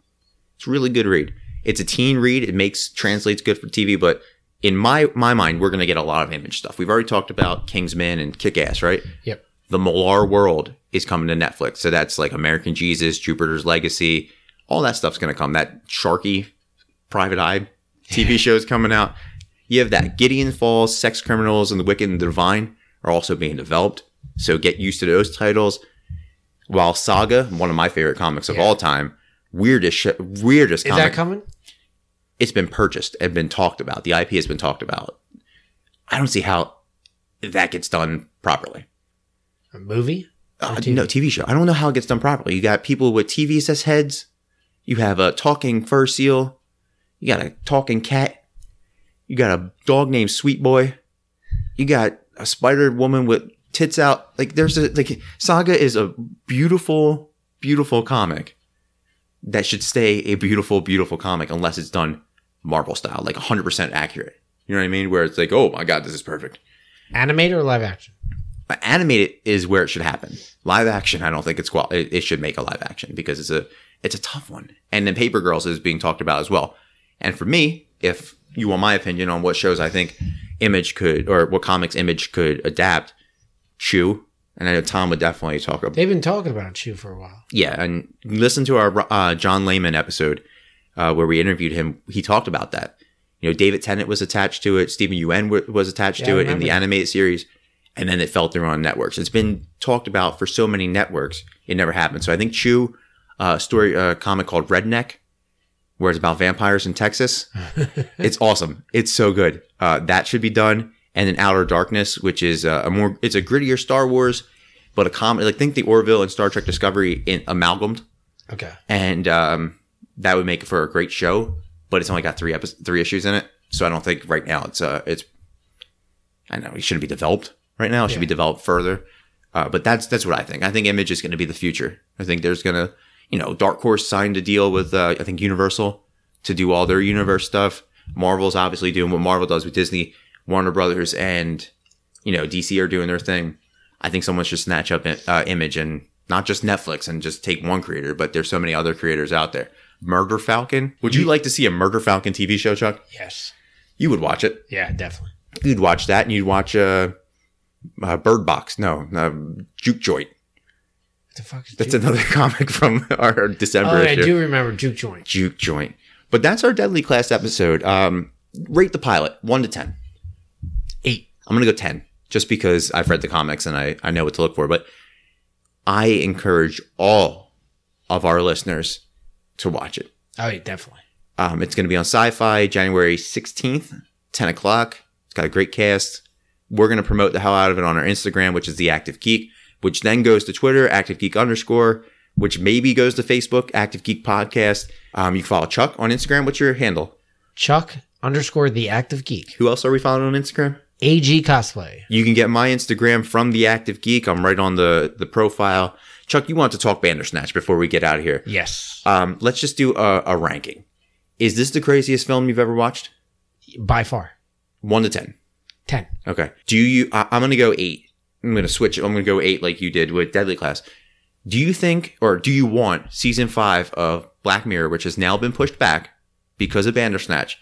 It's a really good read. It's a teen read. It makes translates good for TV, but in my my mind, we're gonna get a lot of image stuff. We've already talked about Kingsman and Kick Ass, right?
Yep.
The Molar World is coming to Netflix. So that's like American Jesus, Jupiter's Legacy, all that stuff's gonna come. That Sharky Private Eye TV show's coming out. You have that Gideon Falls, Sex Criminals, and The Wicked and the Divine are also being developed. So get used to those titles. While Saga, one of my favorite comics of
Yeah.
all time, weirdest sh- weirdest
Is
comic,
that coming?
it's been purchased and been talked about. The IP has been talked about. I don't see how that gets done properly.
A movie?
Uh,
TV?
No TV show. I don't know how it gets done properly. You got people with TVs as heads. You have a talking fur seal. You got a talking cat. You got a dog named Sweet Boy. You got a spider woman with tits out. Like there's a like Saga is a beautiful, beautiful comic that should stay a beautiful, beautiful comic unless it's done Marvel style, like 100% accurate. You know what I mean? Where it's like, oh my god, this is perfect.
Animated or live action?
Uh, animated is where it should happen. Live action, I don't think it's qual. It, it should make a live action because it's a it's a tough one. And then Paper Girls is being talked about as well. And for me, if you want my opinion on what shows I think Image could or what comics Image could adapt, Chew, and I know Tom would definitely talk about.
They've been talking about Chew for a while.
Yeah, and listen to our uh, John Lehman episode uh, where we interviewed him. He talked about that. You know, David Tennant was attached to it. Stephen Yuen w- was attached
Yeah, I
to it in
remember
the
that.
animated series, and then it fell through on networks. It's been talked about for so many networks, it never happened. So I think Chew, uh, story, uh, comic called Redneck, where it's about vampires in Texas. it's awesome. It's so good. Uh, that should be done. And then Outer Darkness, which is uh, a more, it's a grittier Star Wars, but a comic. Like think the Orville and Star Trek Discovery in amalgamed,
Okay.
and um, that would make it for a great show. But it's only got three episodes, three issues in it, so I don't think right now it's uh, it's. I know it shouldn't be developed right now. It should be developed further. Uh, but that's that's what I think. I think Image is going to be the future. I think there's going to, you know, Dark Horse signed a deal with uh, I think Universal to do all their universe stuff. Marvel's obviously doing what Marvel does with Disney, Warner Brothers, and you know DC are doing their thing. I think someone should snatch up uh, Image and not just Netflix and just take one creator, but there's so many other creators out there. Murder Falcon. Would you like to see a Murder Falcon TV show, Chuck?
Yes.
You would watch it.
Yeah, definitely.
You'd watch that, and you'd watch uh, uh, Bird Box. No, uh, Juke Joint.
What the fuck is
That's
Juke?
another comic from our December
Oh, I
issue.
do remember Juke Joint.
Juke Joint. But that's our Deadly Class episode. Um, rate the pilot one to ten.
Eight.
I'm gonna go ten, just because I've read the comics and I, I know what to look for. But I encourage all of our listeners to watch it.
Oh, yeah, definitely.
Um, it's going to be on Sci-Fi January 16th, 10 o'clock. It's got a great cast. We're going to promote the hell out of it on our Instagram, which is the Active Geek, which then goes to Twitter, Active Geek underscore, which maybe goes to Facebook, Active Geek Podcast. Um, you can follow Chuck on Instagram. What's your handle?
Chuck underscore the active geek.
Who else are we following on Instagram?
AG cosplay.
You can get my Instagram from the Active Geek. I'm right on the the profile. Chuck, you want to talk Bandersnatch before we get out of here?
Yes.
Um, let's just do a, a ranking. Is this the craziest film you've ever watched?
By far.
One to ten.
Ten.
Okay. Do you? I, I'm gonna go eight. I'm gonna switch. I'm gonna go eight, like you did with Deadly Class. Do you think, or do you want season five of Black Mirror, which has now been pushed back because of Bandersnatch?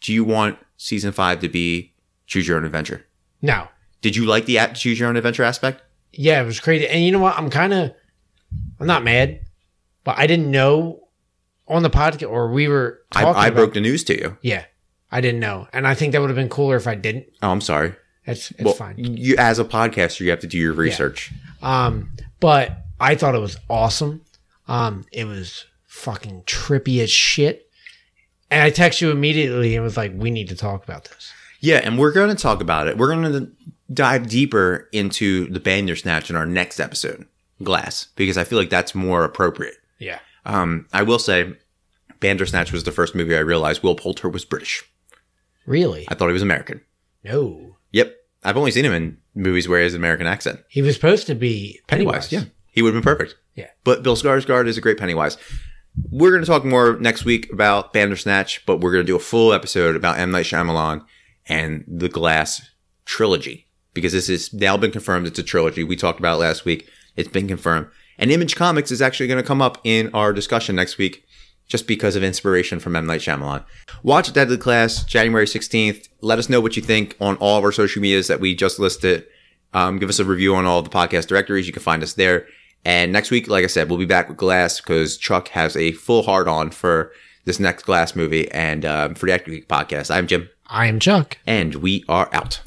Do you want season five to be Choose Your Own Adventure?
No.
Did you like the at Choose Your Own Adventure aspect?
Yeah, it was crazy. And you know what? I'm kind of, I'm not mad, but I didn't know on the podcast or we were
I,
talking
I
about-
broke the news to you.
Yeah, I didn't know, and I think that would have been cooler if I didn't.
Oh, I'm sorry.
It's it's
well,
fine.
you as a podcaster, you have to do your research.
Um, but I thought it was awesome. Um, it was fucking trippy as shit. And I text you immediately and was like, "We need to talk about this."
Yeah, and we're going to talk about it. We're going to dive deeper into the Bandersnatch in our next episode, Glass, because I feel like that's more appropriate.
Yeah,
Um, I will say, Bandersnatch was the first movie I realized Will Poulter was British.
really?
I thought he was American.
No,
Yep, I've only seen him in movies where he has an American accent.
he was supposed to be Pennywise.
yeah, he would have been perfect.
Yeah.
but Bill Skarsgård is a great Pennywise. We're going to talk more next week about Bandersnatch, but we're going to do a full episode about M Night Shyamalan and the Glass trilogy because this has now been confirmed. It's a trilogy. We talked about it last week. It's been confirmed. And Image Comics is actually going to come up in our discussion next week just because of inspiration from M. Night Shyamalan. Watch Deadly Class January 16th. Let us know what you think on all of our social medias that we just listed. Um, give us a review on all the podcast directories. You can find us there. And next week, like I said, we'll be back with Glass because Chuck has a full hard on for uh, this next Glass movie and um, for the Actor Geek podcast. I'm Jim,
I am Chuck.
and we are out.